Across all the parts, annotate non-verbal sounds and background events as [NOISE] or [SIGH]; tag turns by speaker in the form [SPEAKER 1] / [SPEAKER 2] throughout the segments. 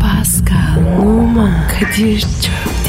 [SPEAKER 1] Pascal, Oman, Kadir çok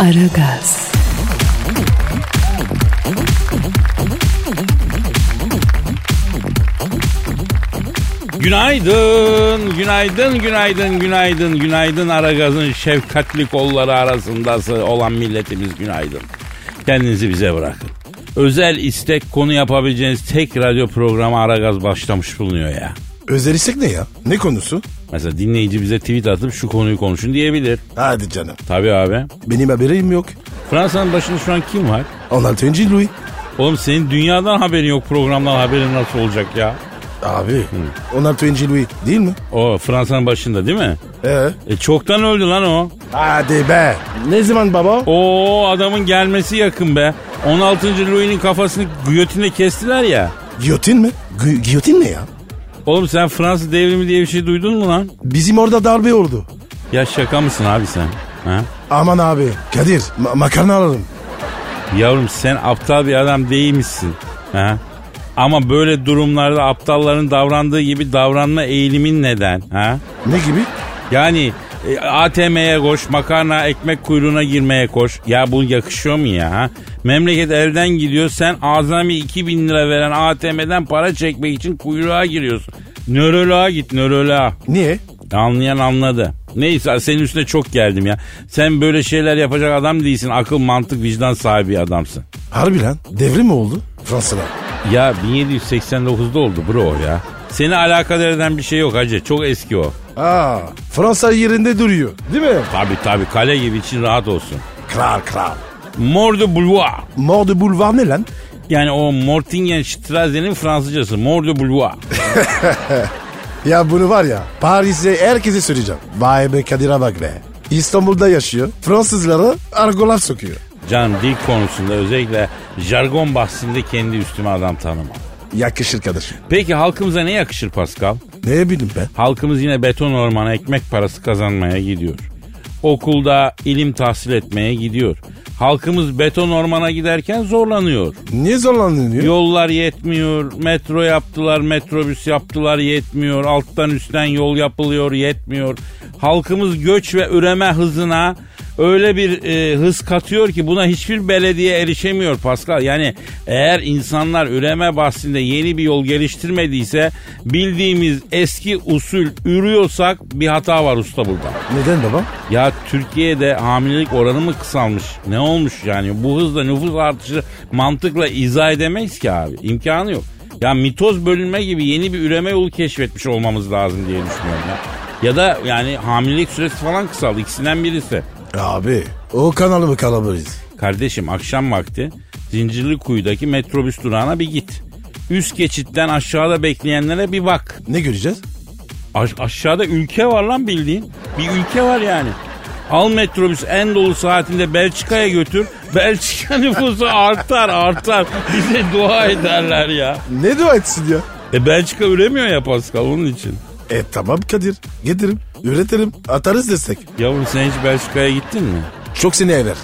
[SPEAKER 1] Aragaz,
[SPEAKER 2] Günaydın, günaydın, günaydın, günaydın, günaydın. Aragaz'ın şefkatli kolları arasında olan milletimiz günaydın. Kendinizi bize bırakın. Özel istek konu yapabileceğiniz tek radyo programı Aragaz başlamış bulunuyor ya.
[SPEAKER 3] Özel istek ne ya? Ne konusu?
[SPEAKER 2] Mesela dinleyici bize tweet atıp şu konuyu konuşun diyebilir.
[SPEAKER 3] Hadi canım.
[SPEAKER 2] Tabii abi.
[SPEAKER 3] Benim haberim yok.
[SPEAKER 2] Fransa'nın başında şu an kim var?
[SPEAKER 3] Onaltıncı Louis.
[SPEAKER 2] Oğlum senin dünyadan haberin yok programdan haberin nasıl olacak ya?
[SPEAKER 3] Abi. Onaltıncı Louis değil mi?
[SPEAKER 2] O Fransa'nın başında değil mi?
[SPEAKER 3] Ee?
[SPEAKER 2] E çoktan öldü lan o.
[SPEAKER 3] Hadi be. Ne zaman baba?
[SPEAKER 2] Oo adamın gelmesi yakın be. 16. Louis'nin kafasını giyotine kestiler ya.
[SPEAKER 3] Giyotin mi? Gü- giyotin ne ya?
[SPEAKER 2] Oğlum sen Fransız devrimi diye bir şey duydun mu lan?
[SPEAKER 3] Bizim orada darbe oldu.
[SPEAKER 2] Ya şaka mısın abi sen? Ha?
[SPEAKER 3] Aman abi. Kadir ma- makarna alalım.
[SPEAKER 2] Yavrum sen aptal bir adam değilmişsin. Ha? Ama böyle durumlarda aptalların davrandığı gibi davranma eğilimin neden? Ha?
[SPEAKER 3] Ne gibi?
[SPEAKER 2] Yani e, ATM'ye koş, makarna ekmek kuyruğuna girmeye koş. Ya bu yakışıyor mu ya? ha? Memleket elden gidiyor. Sen azami 2000 lira veren ATM'den para çekmek için kuyruğa giriyorsun. Nöroloğa git nöroloğa.
[SPEAKER 3] Niye?
[SPEAKER 2] Anlayan anladı. Neyse senin üstüne çok geldim ya. Sen böyle şeyler yapacak adam değilsin. Akıl, mantık, vicdan sahibi adamsın.
[SPEAKER 3] Harbi lan. Devrim mi oldu? Fransa'da.
[SPEAKER 2] Ya 1789'da oldu bro ya. Seni alakadar eden bir şey yok hacı. Çok eski o.
[SPEAKER 3] Aa, Fransa yerinde duruyor. Değil mi?
[SPEAKER 2] Tabi tabi kale gibi için rahat olsun.
[SPEAKER 3] Kral kral.
[SPEAKER 2] Mor de Blois.
[SPEAKER 3] Mort de boulevard ne lan?
[SPEAKER 2] Yani o Mortingenstratsen'in Fransızcası. Mor de Blois.
[SPEAKER 3] Ya bunu var ya Paris'e herkese söyleyeceğim. Vay be Kadir'e bak be. İstanbul'da yaşıyor. Fransızlara argolar sokuyor.
[SPEAKER 2] Can dil konusunda özellikle jargon bahsinde kendi üstüme adam tanımam.
[SPEAKER 3] Yakışır Kadir.
[SPEAKER 2] Peki halkımıza ne yakışır Pascal?
[SPEAKER 3] Ne bileyim ben.
[SPEAKER 2] Halkımız yine beton ormana ekmek parası kazanmaya gidiyor. Okulda ilim tahsil etmeye gidiyor. Halkımız beton ormana giderken zorlanıyor.
[SPEAKER 3] Niye zorlanıyor?
[SPEAKER 2] Yollar yetmiyor. Metro yaptılar, metrobüs yaptılar yetmiyor. Alttan üstten yol yapılıyor yetmiyor. Halkımız göç ve üreme hızına öyle bir e, hız katıyor ki buna hiçbir belediye erişemiyor Pascal. Yani eğer insanlar üreme bahsinde yeni bir yol geliştirmediyse bildiğimiz eski usul ürüyorsak bir hata var usta burada.
[SPEAKER 3] Neden baba?
[SPEAKER 2] Ya Türkiye'de hamilelik oranı mı kısalmış? Ne olmuş yani? Bu hızla nüfus artışı mantıkla izah edemeyiz ki abi. İmkanı yok. Ya mitoz bölünme gibi yeni bir üreme yolu keşfetmiş olmamız lazım diye düşünüyorum ya. Ya da yani hamilelik süresi falan kısaldı. İkisinden birisi.
[SPEAKER 3] Abi o kanalı mı kalabalıyız?
[SPEAKER 2] Kardeşim akşam vakti Zincirli Kuyu'daki metrobüs durağına bir git. Üst geçitten aşağıda bekleyenlere bir bak.
[SPEAKER 3] Ne göreceğiz?
[SPEAKER 2] Aş- aşağıda ülke var lan bildiğin. Bir ülke var yani. Al metrobüs en dolu saatinde Belçika'ya götür. [LAUGHS] Belçika nüfusu artar artar. Bize dua ederler ya.
[SPEAKER 3] Ne dua etsin ya?
[SPEAKER 2] E Belçika üremiyor ya Pascal onun için.
[SPEAKER 3] E tamam Kadir. Getirim. Üretirim. Atarız destek.
[SPEAKER 2] Yavrum sen hiç Belçika'ya gittin mi?
[SPEAKER 3] Çok seni eder.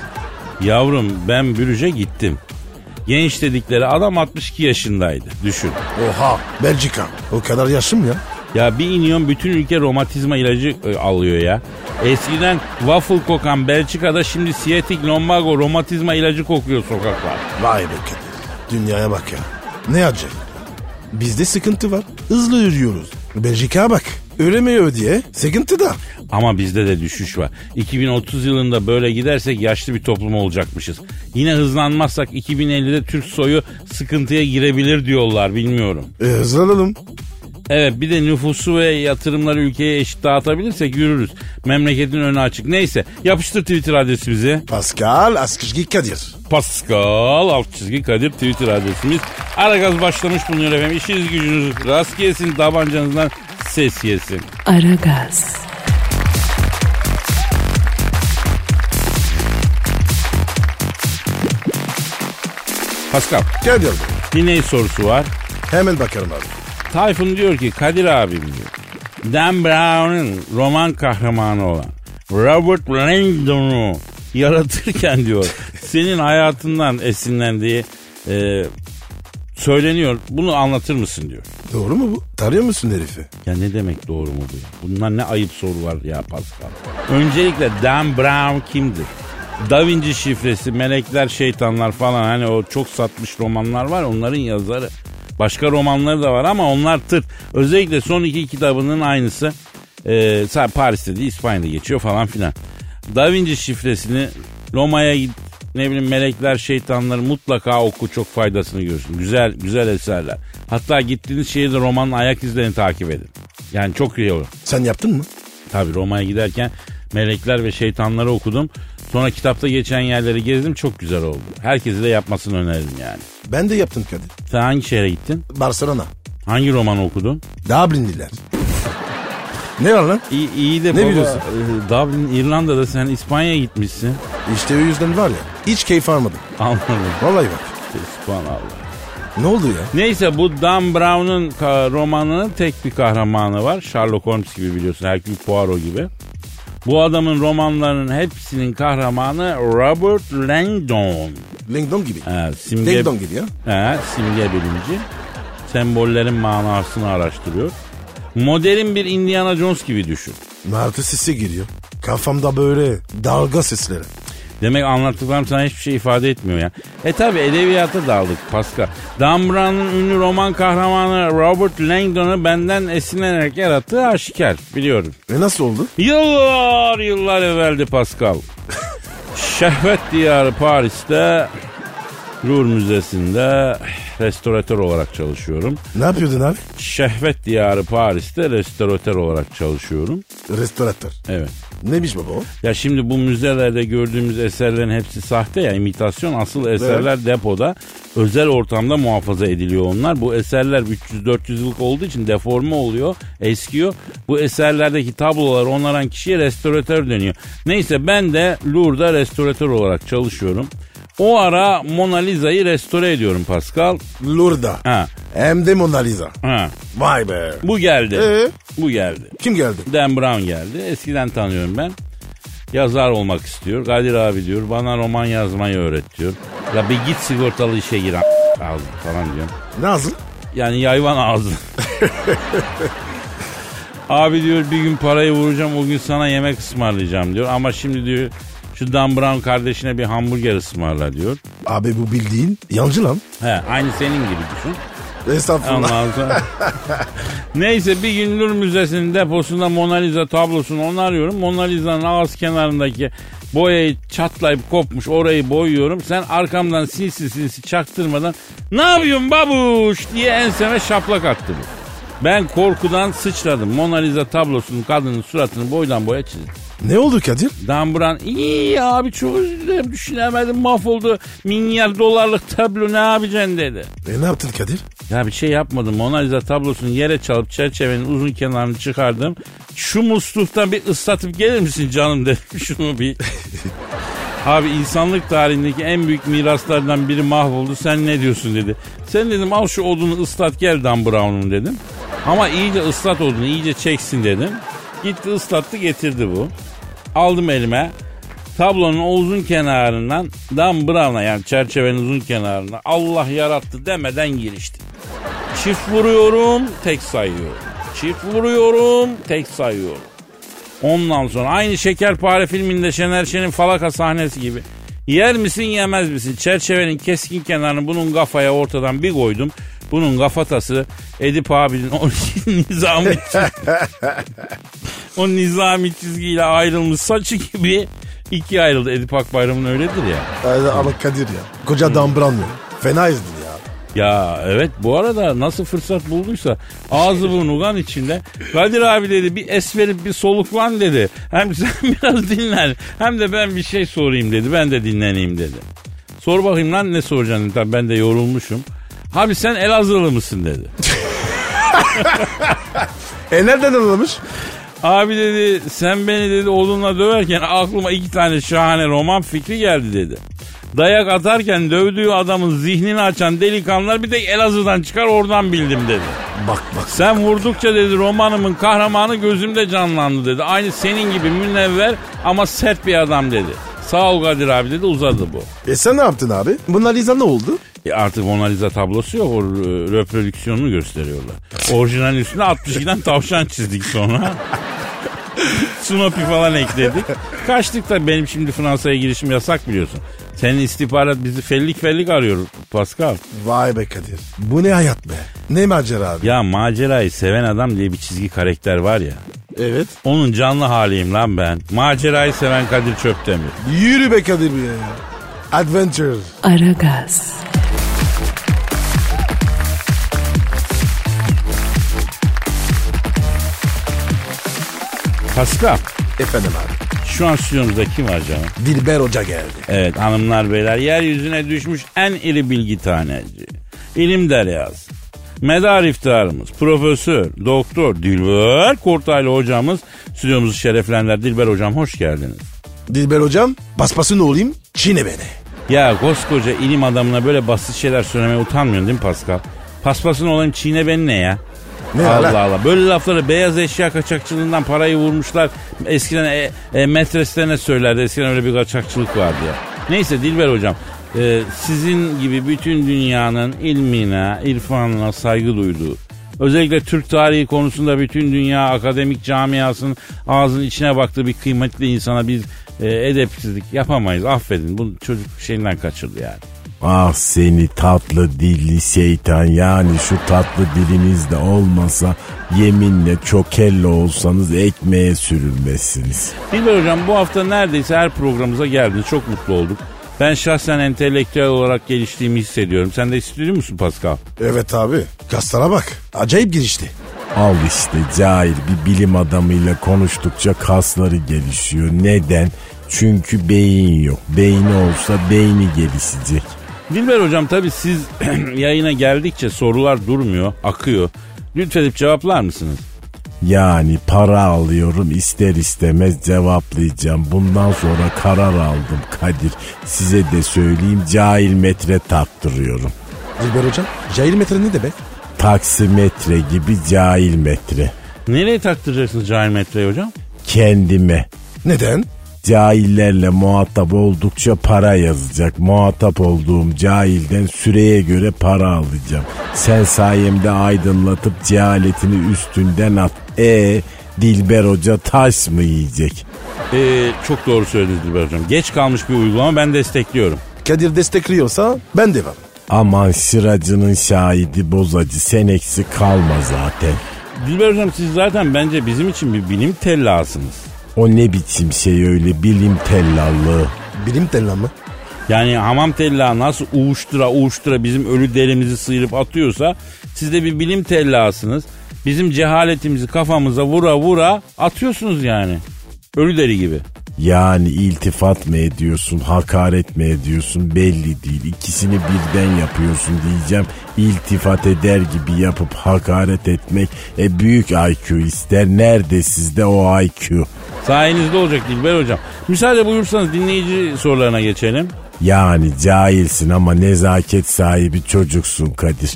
[SPEAKER 2] Yavrum ben Brüj'e gittim. Genç dedikleri adam 62 yaşındaydı. Düşün.
[SPEAKER 3] Oha. Belçika. O kadar yaşım ya.
[SPEAKER 2] Ya bir iniyorsun bütün ülke romatizma ilacı e, alıyor ya. Eskiden waffle kokan Belçika'da şimdi siyetik lumbago romatizma ilacı kokuyor sokaklar.
[SPEAKER 3] Vay be Kadir. Dünyaya bak ya. Ne acı. Bizde sıkıntı var. Hızlı yürüyoruz. Belçika'ya bak. Üremiyor diye sıkıntı da.
[SPEAKER 2] Ama bizde de düşüş var. 2030 yılında böyle gidersek yaşlı bir toplum olacakmışız. Yine hızlanmazsak 2050'de Türk soyu sıkıntıya girebilir diyorlar bilmiyorum.
[SPEAKER 3] E, hızlanalım.
[SPEAKER 2] Evet bir de nüfusu ve yatırımları ülkeye eşit dağıtabilirsek yürürüz. Memleketin önü açık. Neyse yapıştır Twitter adresimizi.
[SPEAKER 3] Pascal Askışgi Kadir.
[SPEAKER 2] Pascal alt çizgi Kadir Twitter adresimiz. Aragaz başlamış bulunuyor efendim. İşiniz gücünüz rast gelsin. Tabancanızdan ses yesin.
[SPEAKER 1] Aragaz,
[SPEAKER 2] Pascal
[SPEAKER 3] Kadir.
[SPEAKER 2] dinleyin sorusu var.
[SPEAKER 3] Hemen bakarım abi.
[SPEAKER 2] Tayfun diyor ki Kadir abim diyor. Dan Brown'ın roman kahramanı olan Robert Langdon'u yaratırken diyor senin hayatından esinlendiği e, söyleniyor. Bunu anlatır mısın diyor.
[SPEAKER 3] Doğru mu bu? Tanıyor musun herifi?
[SPEAKER 2] Ya ne demek doğru mu bu? ya? Bunlar ne ayıp sorular ya Pascal. Öncelikle Dan Brown kimdir? Da Vinci şifresi, melekler, şeytanlar falan hani o çok satmış romanlar var onların yazarı. Başka romanları da var ama onlar tırt. Özellikle son iki kitabının aynısı. Ee, sa- Paris'te değil İspanya'da geçiyor falan filan. Da Vinci şifresini Roma'ya git ne bileyim melekler şeytanları mutlaka oku çok faydasını görürsün. Güzel güzel eserler. Hatta gittiğiniz şehirde romanın ayak izlerini takip edin. Yani çok iyi olur.
[SPEAKER 3] Sen yaptın mı?
[SPEAKER 2] Tabii Roma'ya giderken melekler ve şeytanları okudum. Sonra kitapta geçen yerleri gezdim çok güzel oldu. Herkese de yapmasını öneririm yani.
[SPEAKER 3] Ben de yaptım Kadir.
[SPEAKER 2] Sen hangi şehre gittin?
[SPEAKER 3] Barcelona.
[SPEAKER 2] Hangi romanı okudun?
[SPEAKER 3] Dublinliler. ne var lan?
[SPEAKER 2] İyi, iyi de
[SPEAKER 3] Ne
[SPEAKER 2] baba,
[SPEAKER 3] biliyorsun?
[SPEAKER 2] e, Dublin, İrlanda'da sen İspanya'ya gitmişsin.
[SPEAKER 3] İşte o yüzden var ya. Hiç keyif almadım.
[SPEAKER 2] Anladım.
[SPEAKER 3] Vallahi bak.
[SPEAKER 2] Subhanallah.
[SPEAKER 3] Ne oldu ya?
[SPEAKER 2] Neyse bu Dan Brown'un ka- romanının tek bir kahramanı var. Sherlock Holmes gibi biliyorsun. Hercule Poirot gibi. Bu adamın romanlarının hepsinin kahramanı Robert Langdon.
[SPEAKER 3] Lingdon gibi.
[SPEAKER 2] He, simge,
[SPEAKER 3] Lingdon gibi ya.
[SPEAKER 2] He, simge bilimci. Sembollerin manasını araştırıyor. Modern bir Indiana Jones gibi düşün.
[SPEAKER 3] Martı sesi giriyor. Kafamda böyle dalga sesleri.
[SPEAKER 2] Demek anlattıklarım sana hiçbir şey ifade etmiyor ya. E tabi edebiyata daldık Pascal. Dan Brown'un ünlü roman kahramanı Robert Langdon'u benden esinlenerek yarattığı aşikar biliyorum.
[SPEAKER 3] E nasıl oldu?
[SPEAKER 2] Yıllar yıllar evveldi Pascal. Şehvet diyarı Paris'te Louvre Müzesi'nde restoratör olarak çalışıyorum.
[SPEAKER 3] Ne yapıyordun abi?
[SPEAKER 2] Şehvet diyarı Paris'te restoratör olarak çalışıyorum.
[SPEAKER 3] Restoratör.
[SPEAKER 2] Evet.
[SPEAKER 3] Neymiş baba o?
[SPEAKER 2] Ya şimdi bu müzelerde gördüğümüz eserlerin hepsi sahte ya imitasyon. Asıl eserler depoda özel ortamda muhafaza ediliyor onlar. Bu eserler 300-400 yıllık olduğu için deforme oluyor, eskiyor. Bu eserlerdeki tablolar onaran kişiye restoratör deniyor. Neyse ben de Lourdes'da restoratör olarak çalışıyorum. O ara Mona Lisa'yı restore ediyorum Pascal.
[SPEAKER 3] Lourda.
[SPEAKER 2] Ha,
[SPEAKER 3] Hem de Mona Lisa.
[SPEAKER 2] ha.
[SPEAKER 3] Vay be.
[SPEAKER 2] Bu geldi.
[SPEAKER 3] Ee?
[SPEAKER 2] Bu geldi.
[SPEAKER 3] Kim geldi?
[SPEAKER 2] Dan Brown geldi. Eskiden tanıyorum ben. Yazar olmak istiyor. Kadir abi diyor bana roman yazmayı öğret diyor. Ya bir git sigortalı işe gir a- ağzı falan diyor.
[SPEAKER 3] Nazım.
[SPEAKER 2] Yani yayvan ağzı. [LAUGHS] abi diyor bir gün parayı vuracağım o gün sana yemek ısmarlayacağım diyor. Ama şimdi diyor şu Dan Brown kardeşine bir hamburger ısmarla diyor.
[SPEAKER 3] Abi bu bildiğin yancı lan.
[SPEAKER 2] He, aynı senin gibi düşün.
[SPEAKER 3] Estağfurullah.
[SPEAKER 2] Ondan sonra- [LAUGHS] Neyse bir gün Louvre Müzesi'nin deposunda Mona Lisa tablosunu onarıyorum. Mona Lisa'nın ağız kenarındaki boyayı çatlayıp kopmuş orayı boyuyorum. Sen arkamdan sinsi sinsi çaktırmadan ne yapıyorsun babuş diye enseme şaplak attı bu. Ben korkudan sıçradım. Mona Lisa tablosunun kadının suratını boydan boya çizdim.
[SPEAKER 3] Ne oldu Kadir?
[SPEAKER 2] Dambran iyi abi çok özür dilerim düşünemedim mahvoldu. Milyar dolarlık tablo ne yapacaksın dedi.
[SPEAKER 3] E ne yaptın Kadir?
[SPEAKER 2] Ya bir şey yapmadım. Mona Lisa tablosunu yere çalıp çerçevenin uzun kenarını çıkardım. Şu musluktan bir ıslatıp gelir misin canım dedim [LAUGHS] şunu bir. Abi insanlık tarihindeki en büyük miraslardan biri mahvoldu. Sen ne diyorsun dedi. Sen dedim al şu odunu ıslat gel Dan Brown'um dedim. Ama iyice ıslat odunu iyice çeksin dedim. Gitti ıslattı getirdi bu. Aldım elime. Tablonun o uzun kenarından Dan Brown'a yani çerçevenin uzun kenarına Allah yarattı demeden girişti. Çift vuruyorum, tek sayıyorum. Çift vuruyorum, tek sayıyorum. Ondan sonra aynı Şekerpare filminde Şener Şen'in falaka sahnesi gibi. Yer misin yemez misin? Çerçevenin keskin kenarını bunun kafaya ortadan bir koydum. Bunun kafatası Edip abinin o [LAUGHS] nizami o nizami çizgiyle ayrılmış saçı gibi ikiye ayrıldı. Edip Akbayram'ın öyledir ya.
[SPEAKER 3] Ay, E, Ama Kadir ya. Koca dambran mı? Fena izledin ya.
[SPEAKER 2] Ya evet bu arada nasıl fırsat bulduysa ağzı burnu kan içinde. Kadir abi dedi bir es verip bir soluklan dedi. Hem [LAUGHS] sen biraz dinlen hem de ben bir şey sorayım dedi. Ben de dinleneyim dedi. Sor bakayım lan ne soracaksın? Tabii ben de yorulmuşum. Abi sen Elazığlı mısın dedi.
[SPEAKER 3] E nereden anlamış?
[SPEAKER 2] Abi dedi sen beni dedi oğlunla döverken aklıma iki tane şahane roman fikri geldi dedi. Dayak atarken dövdüğü adamın zihnini açan delikanlılar bir tek Elazığ'dan çıkar oradan bildim dedi.
[SPEAKER 3] Bak bak.
[SPEAKER 2] Sen vurdukça dedi romanımın kahramanı gözümde canlandı dedi. Aynı senin gibi münevver ama sert bir adam dedi. Sağ ol Kadir abi dedi uzadı bu.
[SPEAKER 3] E sen ne yaptın abi? Bunlar Liza ne oldu?
[SPEAKER 2] E artık Mona Lisa tablosu yok. O e, reprodüksiyonunu gösteriyorlar. Orijinal üstüne 62'den tavşan çizdik sonra. [LAUGHS] Snoopy falan ekledik. Kaçtık da benim şimdi Fransa'ya girişim yasak biliyorsun. Senin istihbarat bizi fellik fellik arıyor Pascal.
[SPEAKER 3] Vay be Kadir. Bu ne hayat be? Ne macera abi?
[SPEAKER 2] Ya macerayı seven adam diye bir çizgi karakter var ya.
[SPEAKER 3] Evet.
[SPEAKER 2] Onun canlı haliyim lan ben. Macerayı seven Kadir Çöptemir.
[SPEAKER 3] Yürü be Kadir ya. Adventure.
[SPEAKER 1] Aragaz,
[SPEAKER 2] Pascal
[SPEAKER 3] Efendim abi.
[SPEAKER 2] şu an stüdyomuzda kim var canım?
[SPEAKER 3] Dilber Hoca geldi.
[SPEAKER 2] Evet hanımlar beyler yeryüzüne düşmüş en iri bilgi taneci. İlim deryası. Medar iftiharımız, profesör, doktor Dilber Kortaylı hocamız stüdyomuzu şereflendiler. Dilber hocam hoş geldiniz.
[SPEAKER 3] Dilber Hocam paspasın olayım çiğne beni.
[SPEAKER 2] Ya koskoca ilim adamına böyle basit şeyler söylemeye utanmıyorsun değil mi Pascal? Paspasın olayım çiğne ben ne ya?
[SPEAKER 3] Ne
[SPEAKER 2] Allah
[SPEAKER 3] ala?
[SPEAKER 2] Allah. Böyle lafları beyaz eşya kaçakçılığından parayı vurmuşlar. Eskiden e, e, metreslerine söylerdi. Eskiden öyle bir kaçakçılık vardı ya. Neyse Dilber hocam. e, sizin gibi bütün dünyanın ilmine, irfanına saygı duyduğu Özellikle Türk tarihi konusunda bütün dünya akademik camiasının ağzının içine baktığı bir kıymetli insana biz e, edepsizlik yapamayız. Affedin. Bu çocuk şeyinden kaçırdı yani.
[SPEAKER 4] Ah seni tatlı dilli şeytan yani şu tatlı diliniz de olmasa yeminle çokelle olsanız ekmeğe sürülmezsiniz.
[SPEAKER 2] Dilber Hocam bu hafta neredeyse her programımıza geldiniz. Çok mutlu olduk. Ben şahsen entelektüel olarak geliştiğimi hissediyorum. Sen de hissediyor musun Pascal?
[SPEAKER 3] Evet abi. Kaslara bak. Acayip girişti.
[SPEAKER 4] Al işte cahil bir bilim adamıyla konuştukça kasları gelişiyor. Neden? Çünkü beyin yok. Beyni olsa beyni gelişecek.
[SPEAKER 2] Dilber Hocam tabii siz [CLEARS THROAT] yayına geldikçe sorular durmuyor, akıyor. Lütfedip cevaplar mısınız?
[SPEAKER 4] Yani para alıyorum ister istemez cevaplayacağım. Bundan sonra karar aldım Kadir. Size de söyleyeyim cahil metre taktırıyorum.
[SPEAKER 3] Dilber Hocam. Cahil metre ne demek?
[SPEAKER 4] Taksimetre gibi cahil metre.
[SPEAKER 2] Nereye taktıracaksınız cahil metreyi hocam?
[SPEAKER 4] Kendime.
[SPEAKER 3] Neden?
[SPEAKER 4] Cahillerle muhatap oldukça para yazacak. Muhatap olduğum cahilden süreye göre para alacağım. Sen sayemde aydınlatıp cehaletini üstünden at. E Dilber Hoca taş mı yiyecek?
[SPEAKER 2] Ee, çok doğru söylediniz Dilber Hocam. Geç kalmış bir uygulama ben destekliyorum.
[SPEAKER 3] Kadir destekliyorsa ben de varım.
[SPEAKER 4] Aman şıracının şahidi bozacı sen eksik kalma zaten.
[SPEAKER 2] Dilber Hocam siz zaten bence bizim için bir bilim tellasınız.
[SPEAKER 4] O ne biçim şey öyle bilim tellallığı.
[SPEAKER 3] Bilim tellam mı?
[SPEAKER 2] Yani hamam tellağı nasıl uğuştura uğuştura bizim ölü derimizi sıyırıp atıyorsa siz de bir bilim tellasınız. Bizim cehaletimizi kafamıza vura vura atıyorsunuz yani. Ölü deri gibi.
[SPEAKER 4] Yani iltifat mı ediyorsun, hakaret mi ediyorsun belli değil. İkisini birden yapıyorsun diyeceğim. İltifat eder gibi yapıp hakaret etmek e büyük IQ ister. Nerede sizde o IQ?
[SPEAKER 2] Sayenizde olacak Dilber Hocam. Müsaade buyursanız dinleyici sorularına geçelim.
[SPEAKER 4] Yani cahilsin ama nezaket sahibi çocuksun Kadir.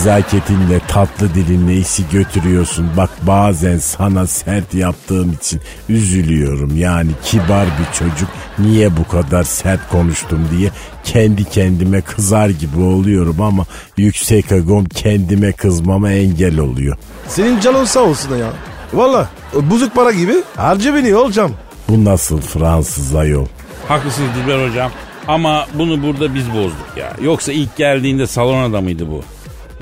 [SPEAKER 4] Nezaketinle tatlı dilinle işi götürüyorsun. Bak bazen sana sert yaptığım için üzülüyorum. Yani kibar bir çocuk niye bu kadar sert konuştum diye kendi kendime kızar gibi oluyorum ama yüksek agom kendime kızmama engel oluyor.
[SPEAKER 3] Senin canın sağ olsun ya. Valla buzuk para gibi harca beni olacağım.
[SPEAKER 4] Bu nasıl Fransız ayol?
[SPEAKER 2] Haklısınız Dilber Hocam. Ama bunu burada biz bozduk ya. Yoksa ilk geldiğinde salon adamıydı bu.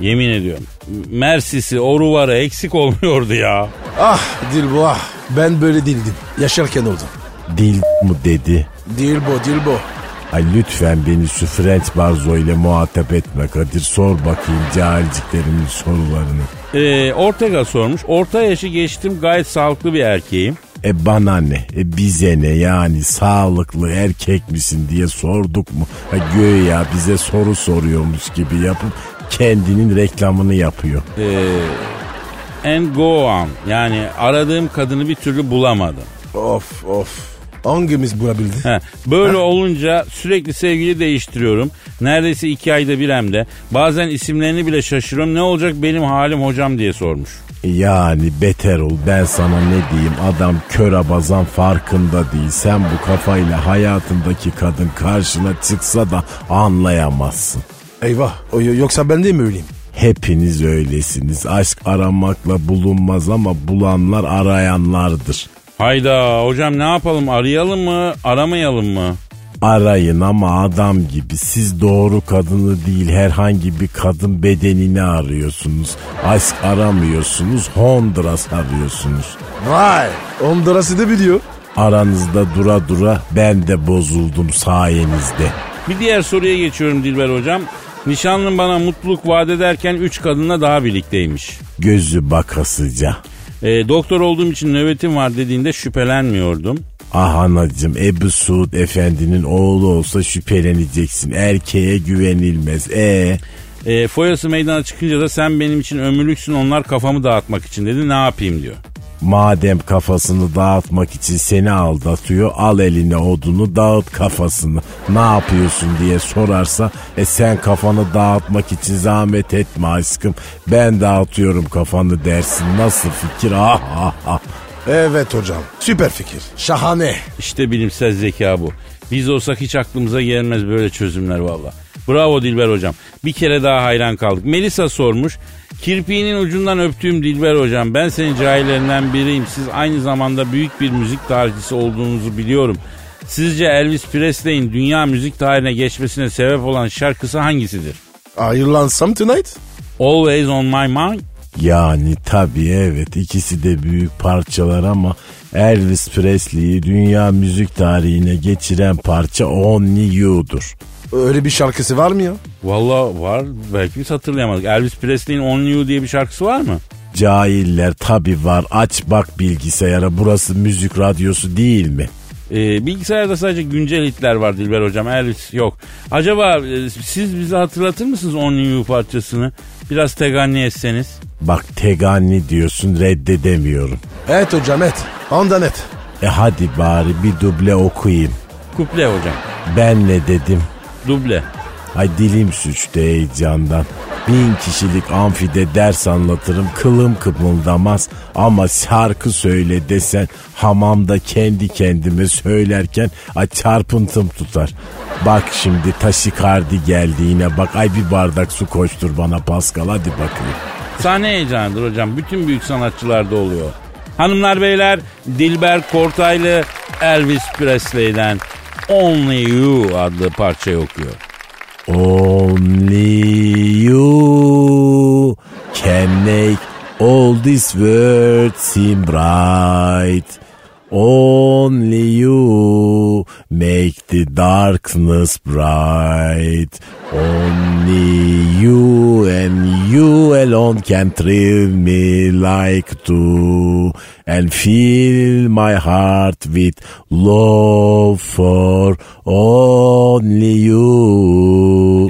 [SPEAKER 2] Yemin ediyorum. Mersisi, oruvarı eksik olmuyordu ya.
[SPEAKER 3] Ah Dilbo ah. Ben böyle dildim. Yaşarken oldum.
[SPEAKER 4] Dil mu dedi?
[SPEAKER 3] Dilbo Dilbo.
[SPEAKER 4] Ay lütfen beni şu French Barzo ile muhatap etme Kadir. Sor bakayım cahilciklerimin sorularını.
[SPEAKER 2] Ee, Ortega sormuş. Orta yaşı geçtim gayet sağlıklı bir erkeğim.
[SPEAKER 4] E bana ne? E bize ne? Yani sağlıklı erkek misin diye sorduk mu? Ha güya bize soru soruyormuş gibi yapıp kendinin reklamını yapıyor.
[SPEAKER 2] And go on. Yani aradığım kadını bir türlü bulamadım.
[SPEAKER 3] Of of. Hangimiz bulabildi?
[SPEAKER 2] [LAUGHS] He, Böyle olunca sürekli sevgili değiştiriyorum. Neredeyse iki ayda bir hem de. Bazen isimlerini bile şaşırıyorum. Ne olacak benim halim hocam diye sormuş.
[SPEAKER 4] E, Yani beter ol ben sana ne diyeyim adam kör abazan farkında değil. Sen bu kafayla hayatındaki kadın karşına çıksa da anlayamazsın.
[SPEAKER 3] Eyvah. O, yo- yoksa ben de mi öleyim?
[SPEAKER 4] Hepiniz öylesiniz. Aşk aramakla bulunmaz ama bulanlar arayanlardır.
[SPEAKER 2] Hayda hocam ne yapalım arayalım mı aramayalım mı?
[SPEAKER 4] Arayın ama adam gibi siz doğru kadını değil herhangi bir kadın bedenini arıyorsunuz. Aşk aramıyorsunuz Honduras arıyorsunuz.
[SPEAKER 3] Vay. Honduras'ı da biliyor.
[SPEAKER 4] Aranızda dura dura ben de bozuldum sayenizde.
[SPEAKER 2] Bir diğer soruya geçiyorum Dilber hocam. Nişanlım bana mutluluk vaat ederken 3 kadınla daha birlikteymiş.
[SPEAKER 4] Gözü bakasıca.
[SPEAKER 2] E, doktor olduğum için nöbetim var dediğinde şüphelenmiyordum.
[SPEAKER 4] Ah anacım Ebu Suud Efendi'nin oğlu olsa şüpheleneceksin. Erkeğe güvenilmez. E
[SPEAKER 2] E, foyası meydana çıkınca da sen benim için ömürlüksün onlar kafamı dağıtmak için dedi ne yapayım diyor.
[SPEAKER 4] madem kafasını dağıtmak için seni aldatıyor al eline odunu dağıt kafasını. Ne yapıyorsun diye sorarsa e sen kafanı dağıtmak için zahmet etme aşkım. Ben dağıtıyorum kafanı dersin. Nasıl fikir ah ah ah.
[SPEAKER 3] Evet hocam. Süper fikir. Şahane.
[SPEAKER 2] İşte bilimsel zeka bu. Biz olsak hiç aklımıza gelmez böyle çözümler valla. Bravo Dilber hocam. Bir kere daha hayran kaldık. Melisa sormuş. Kirpiğinin ucundan öptüğüm Dilber hocam. Ben senin cahillerinden biriyim. Siz aynı zamanda büyük bir müzik tarihçisi olduğunuzu biliyorum. Sizce Elvis Presley'in dünya müzik tarihine geçmesine sebep olan şarkısı hangisidir?
[SPEAKER 3] Ayrılansam tonight?
[SPEAKER 2] Always on my mind.
[SPEAKER 4] Yani tabii evet ikisi de büyük parçalar ama Elvis Presley'i dünya müzik tarihine geçiren parça Only You'dur.
[SPEAKER 3] Öyle bir şarkısı var mı ya?
[SPEAKER 2] Valla var belki biz hatırlayamadık. Elvis Presley'in Only You diye bir şarkısı var mı?
[SPEAKER 4] Cahiller tabii var aç bak bilgisayara burası müzik radyosu değil mi?
[SPEAKER 2] Ee, bilgisayarda sadece güncel hitler var Dilber hocam. Elvis yok. Acaba e, siz bize hatırlatır mısınız Only You parçasını? Biraz teganni etseniz.
[SPEAKER 4] Bak teganni diyorsun reddedemiyorum.
[SPEAKER 3] Evet hocam et. Ondan et.
[SPEAKER 4] E hadi bari bir duble okuyayım.
[SPEAKER 2] Kuple hocam.
[SPEAKER 4] Ben ne dedim?
[SPEAKER 2] Duble.
[SPEAKER 4] Ay dilim suçtu heyecandan. Bin kişilik amfide ders anlatırım kılım kıpıldamaz ama şarkı söyle desen hamamda kendi kendime söylerken ay çarpıntım tutar. Bak şimdi taşikardi geldi yine bak ay bir bardak su koştur bana Pascal hadi bakayım.
[SPEAKER 2] Sahne heyecanıdır hocam. Bütün büyük sanatçılarda oluyor. Hanımlar beyler Dilber Kortaylı Elvis Presley'den Only You adlı parçayı okuyor.
[SPEAKER 4] Only you can make all this world seem bright. Only you make the darkness bright. Only you and you alone can thrill me like to and fill my heart with love for only you.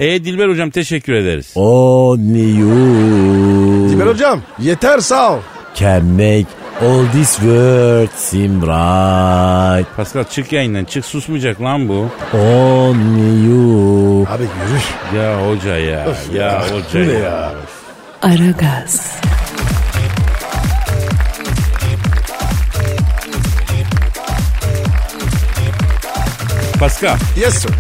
[SPEAKER 2] E Dilber hocam teşekkür ederiz.
[SPEAKER 4] Only you.
[SPEAKER 3] Sibel hocam yeter sağ ol.
[SPEAKER 4] can make all this world seem right.
[SPEAKER 2] Pascal çık yayından çık susmayacak lan bu.
[SPEAKER 4] Only you.
[SPEAKER 3] Abi yürü.
[SPEAKER 2] Ya hoca ya. ya hoca
[SPEAKER 3] Bu ne
[SPEAKER 2] ya.
[SPEAKER 3] ya?
[SPEAKER 1] Aragaz,
[SPEAKER 2] Pascal
[SPEAKER 3] Yes sir.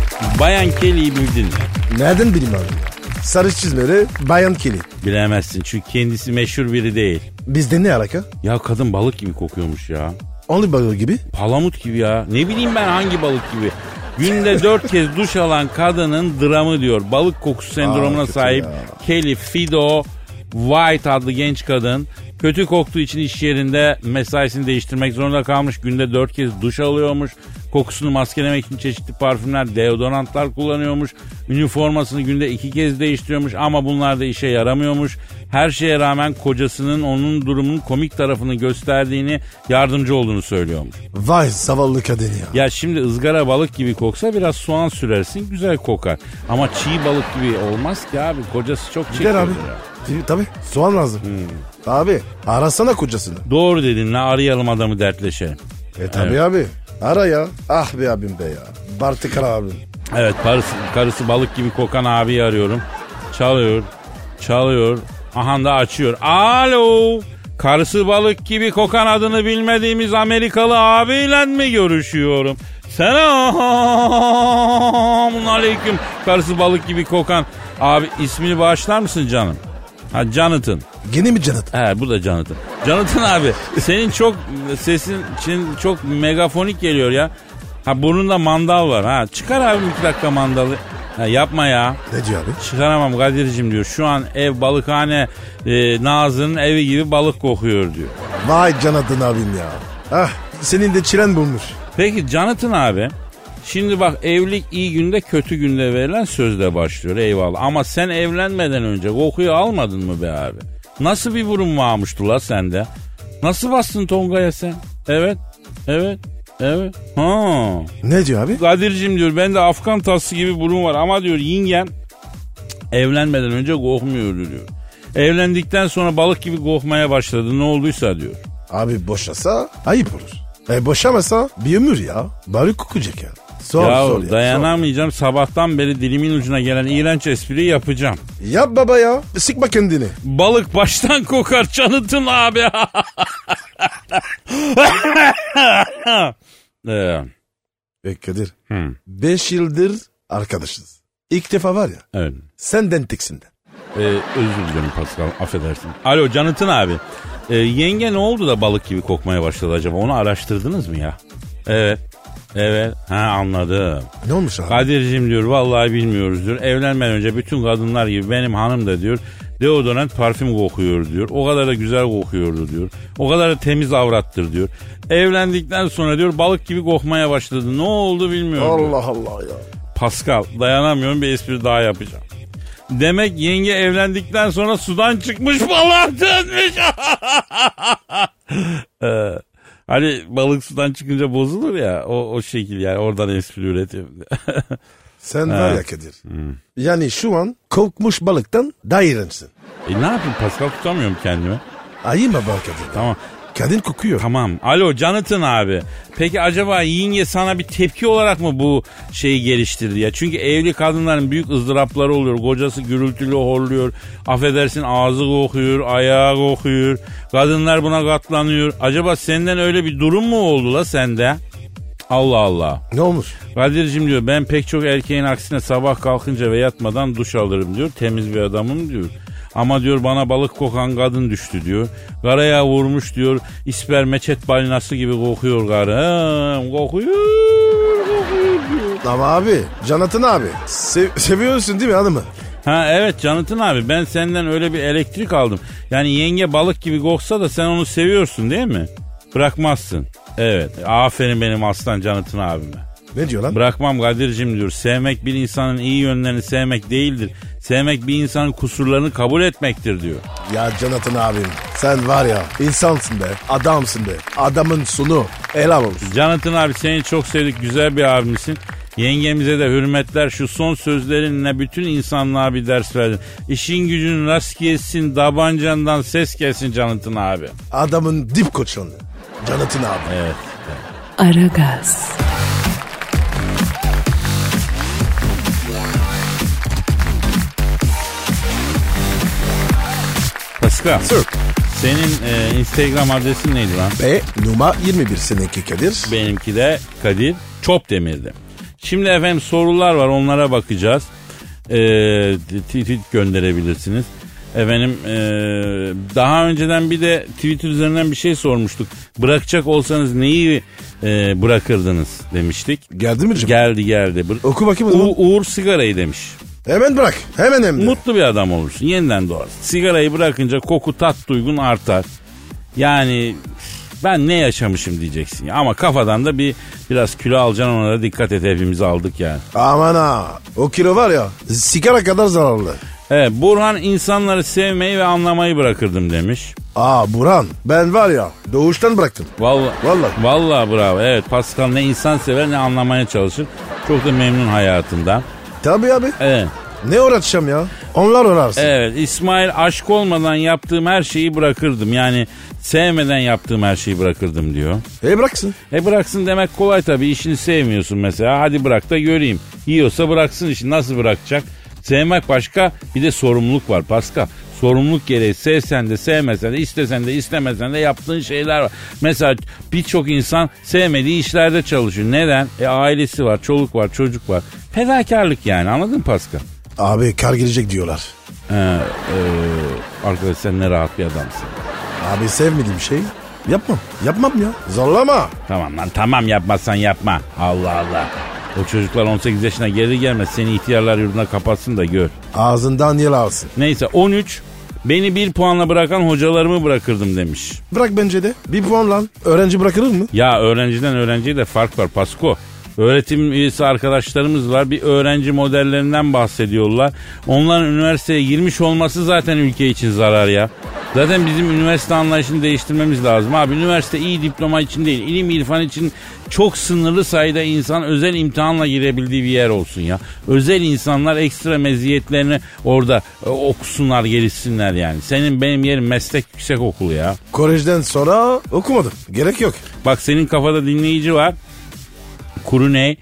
[SPEAKER 2] Bayan Kelly'yi bildin mi?
[SPEAKER 3] Nereden bileyim abi ya? Sarı çizmeli bayan kili.
[SPEAKER 2] Bilemezsin çünkü kendisi meşhur biri değil.
[SPEAKER 3] Bizde ne alaka?
[SPEAKER 2] Ya kadın balık gibi kokuyormuş ya.
[SPEAKER 3] Only balığı gibi.
[SPEAKER 2] Palamut gibi ya. Ne bileyim ben hangi balık gibi. Günde [LAUGHS] dört kez duş alan kadının dramı diyor. Balık kokusu sendromuna
[SPEAKER 3] kötü
[SPEAKER 2] sahip Kelly Fido White adlı genç kadın. Kötü koktuğu için iş yerinde mesaisini değiştirmek zorunda kalmış. Günde dört kez duş alıyormuş. Kokusunu maskelemek için çeşitli parfümler, deodorantlar kullanıyormuş. Üniformasını günde iki kez değiştiriyormuş ama bunlar da işe yaramıyormuş. Her şeye rağmen kocasının onun durumunun komik tarafını gösterdiğini, yardımcı olduğunu söylüyormuş.
[SPEAKER 3] Vay zavallı kadın ya.
[SPEAKER 2] Ya şimdi ızgara balık gibi koksa biraz soğan sürersin güzel kokar. Ama çiğ balık gibi olmaz ki abi kocası çok
[SPEAKER 3] Gider
[SPEAKER 2] çekiyor.
[SPEAKER 3] abi. Tabii, Tabii soğan lazım. Abi arasana kocasını.
[SPEAKER 2] Doğru dedin la arayalım adamı dertleşelim.
[SPEAKER 3] E tabii abi. Ara ya. Ah be abim be ya. Bartı Kara abim.
[SPEAKER 2] Evet karısı, karısı balık gibi kokan abiyi arıyorum. Çalıyor, çalıyor. Aha da açıyor. Alo. Karısı balık gibi kokan adını bilmediğimiz Amerikalı abiyle mi görüşüyorum? Selamun aleyküm. Karısı balık gibi kokan abi ismini bağışlar mısın canım? Ha Jonathan.
[SPEAKER 3] Gene mi Canat?
[SPEAKER 2] He bu da Jonathan. Jonathan abi senin çok sesin için çok megafonik geliyor ya. Ha burnunda mandal var ha. Çıkar abi iki dakika mandalı. Ha, yapma ya.
[SPEAKER 3] Ne diyor abi?
[SPEAKER 2] Çıkaramam Kadir'cim diyor. Şu an ev balıkhane e, Nazır'ın evi gibi balık kokuyor diyor.
[SPEAKER 3] Vay Canat'ın abim ya. Ah senin de çilen bulmuş.
[SPEAKER 2] Peki Jonathan abi Şimdi bak evlilik iyi günde kötü günde verilen sözle başlıyor eyvallah. Ama sen evlenmeden önce kokuyu almadın mı be abi? Nasıl bir burun varmıştı la sende? Nasıl bastın Tonga'ya sen? Evet, evet, evet. Ha.
[SPEAKER 3] Ne diyor abi?
[SPEAKER 2] Kadir'cim diyor bende Afgan tası gibi burun var ama diyor yengem cık, evlenmeden önce kokmuyordu diyor. Evlendikten sonra balık gibi kokmaya başladı ne olduysa diyor.
[SPEAKER 3] Abi boşasa ayıp olur. E boşamasa bir ömür ya. Bari kokacak ya. Sor
[SPEAKER 2] ya
[SPEAKER 3] sor ya.
[SPEAKER 2] dayanamayacağım sabahtan beri dilimin ucuna gelen iğrenç espriyi yapacağım.
[SPEAKER 3] sor. Yap baba ya. Sıkma kendini.
[SPEAKER 2] Balık baştan kokar canıtın abi. [LAUGHS] Ee,
[SPEAKER 3] E Kadir.
[SPEAKER 2] Hı.
[SPEAKER 3] Beş yıldır arkadaşız. İlk defa var ya.
[SPEAKER 2] evet.
[SPEAKER 3] Senden tiksindi.
[SPEAKER 2] Ee, özür dilerim Pascal affedersin. Alo Canıtın abi. Ee, yenge ne oldu da balık gibi kokmaya başladı acaba? Onu araştırdınız mı ya? Evet. Evet. Ha anladım.
[SPEAKER 3] Ne olmuş abi?
[SPEAKER 2] Kadir'cim diyor vallahi bilmiyoruz diyor. Evlenmeden önce bütün kadınlar gibi benim hanım da diyor deodorant parfüm kokuyor diyor. O kadar da güzel kokuyordu diyor. O kadar da temiz avrattır diyor. Evlendikten sonra diyor balık gibi kokmaya başladı. Ne oldu bilmiyorum. diyor.
[SPEAKER 3] Allah Allah ya.
[SPEAKER 2] Pascal dayanamıyorum bir espri daha yapacağım. Demek yenge evlendikten sonra sudan çıkmış balığa dönmüş. [LAUGHS] Ee, hani balık sudan çıkınca bozulur ya o, o şekil yani oradan espri üretiyorum. [LAUGHS]
[SPEAKER 3] Sen var ya Kadir. Yani şu an kokmuş balıktan daha iğrençsin.
[SPEAKER 2] e ne yapayım Pascal tutamıyorum kendimi.
[SPEAKER 3] Ayı mı bak Kadir?
[SPEAKER 2] Tamam.
[SPEAKER 3] Kadın kokuyor.
[SPEAKER 2] Tamam. Alo Canıtın abi. Peki acaba yenge sana bir tepki olarak mı bu şeyi geliştirdi ya? Çünkü evli kadınların büyük ızdırapları oluyor. Kocası gürültülü horluyor. Affedersin ağzı kokuyor, ayağı kokuyor. Kadınlar buna katlanıyor. Acaba senden öyle bir durum mu oldu la sende? Allah Allah.
[SPEAKER 3] Ne olmuş?
[SPEAKER 2] Kadir'cim diyor ben pek çok erkeğin aksine sabah kalkınca ve yatmadan duş alırım diyor. Temiz bir adamım diyor. Ama diyor bana balık kokan kadın düştü diyor. Karaya vurmuş diyor. İspermeçet balinası gibi kokuyor karı. Hem kokuyor kokuyor diyor.
[SPEAKER 3] Ama abi Canat'ın abi. Se- seviyorsun değil mi hanımı?
[SPEAKER 2] Ha evet Canıtın abi ben senden öyle bir elektrik aldım. Yani yenge balık gibi koksa da sen onu seviyorsun değil mi? Bırakmazsın. Evet aferin benim aslan Canıtın abime.
[SPEAKER 3] Ne diyor lan?
[SPEAKER 2] Bırakmam Kadir'cim diyor. Sevmek bir insanın iyi yönlerini sevmek değildir. Sevmek bir insanın kusurlarını kabul etmektir diyor.
[SPEAKER 3] ya Canat'ın abim. Sen var ya insansın be. Adamsın be. Adamın sunu. Helal olsun.
[SPEAKER 2] Canatın abi seni çok sevdik. Güzel bir abimsin. Yengemize de hürmetler. Şu son sözlerinle bütün insanlığa bir ders verdin. İşin gücün rast gelsin. Dabancandan ses gelsin Canatın abi.
[SPEAKER 3] Adamın dip koçanı. Canat'ın abi.
[SPEAKER 1] Aragaz,
[SPEAKER 2] Paskal.
[SPEAKER 3] Sir.
[SPEAKER 2] Senin e, Instagram adresin neydi lan?
[SPEAKER 3] Ve numara 21 seninki Kadir.
[SPEAKER 2] Benimki de Kadir Çopdemir'di. Şimdi efendim sorular var onlara bakacağız. Ee, tweet gönderebilirsiniz. Efendim ee, daha önceden bir de Twitter üzerinden bir şey sormuştuk. Bırakacak olsanız neyi ee, bırakırdınız demiştik.
[SPEAKER 3] Geldi mi Cem?
[SPEAKER 2] Geldi geldi. Bır-
[SPEAKER 3] Oku bakayım o zaman.
[SPEAKER 2] U- Uğur sigarayı demiş.
[SPEAKER 3] Hemen bırak. Hemen hem de.
[SPEAKER 2] Mutlu bir adam olursun. Yeniden doğarsın. Sigarayı bırakınca koku tat duygun artar. Yani ben ne yaşamışım diyeceksin. ya. Ama kafadan da bir biraz kilo alacaksın ona da dikkat et hepimiz aldık yani.
[SPEAKER 3] Aman ha. O kilo var ya sigara kadar zararlı.
[SPEAKER 2] Evet Burhan insanları sevmeyi ve anlamayı bırakırdım demiş.
[SPEAKER 3] Aa Buran ben var ya doğuştan bıraktım.
[SPEAKER 2] Vallahi,
[SPEAKER 3] Vallahi.
[SPEAKER 2] Vallahi bravo. Evet Pascal ne insan sever ne anlamaya çalışır. Çok da memnun hayatından.
[SPEAKER 3] Tabii abi
[SPEAKER 2] Evet.
[SPEAKER 3] ne uğraşacağım ya. Onlar olarsın.
[SPEAKER 2] Evet İsmail aşk olmadan yaptığım her şeyi bırakırdım. Yani sevmeden yaptığım her şeyi bırakırdım diyor.
[SPEAKER 3] E bıraksın.
[SPEAKER 2] E bıraksın demek kolay tabii işini sevmiyorsun mesela. Hadi bırak da göreyim. Yiyorsa bıraksın işi nasıl bırakacak? Sevmek başka bir de sorumluluk var Pascal. Sorumluluk gereği sevsen de sevmesen de istesen de istemesen de yaptığın şeyler var. Mesela birçok insan sevmediği işlerde çalışıyor. Neden? E ailesi var, çoluk var, çocuk var. Fedakarlık yani anladın mı Pascal?
[SPEAKER 3] Abi kar gelecek diyorlar.
[SPEAKER 2] Ee, e, arkadaş sen ne rahat bir adamsın.
[SPEAKER 3] Abi sevmediğim şey yapmam. Yapmam ya. Zorlama.
[SPEAKER 2] Tamam lan tamam yapmazsan yapma. Allah Allah. O çocuklar 18 yaşına geri gelmez seni ihtiyarlar yurduna kapatsın da gör.
[SPEAKER 3] Ağzından yel alsın.
[SPEAKER 2] Neyse 13 beni bir puanla bırakan hocalarımı bırakırdım demiş.
[SPEAKER 3] Bırak bence de. Bir puan lan. Öğrenci bırakılır mı?
[SPEAKER 2] Ya öğrenciden öğrenciye de fark var Pasko. Öğretim üyesi arkadaşlarımız var. Bir öğrenci modellerinden bahsediyorlar. Onların üniversiteye girmiş olması zaten ülke için zarar ya. Zaten bizim üniversite anlayışını değiştirmemiz lazım abi. Üniversite iyi diploma için değil, ilim irfan için çok sınırlı sayıda insan özel imtihanla girebildiği bir yer olsun ya. Özel insanlar ekstra meziyetlerini orada e, okusunlar, gelişsinler yani. Senin benim yerim meslek yüksek okulu ya.
[SPEAKER 3] Kolejden sonra okumadım. Gerek yok.
[SPEAKER 2] Bak senin kafada dinleyici var. Kuruney.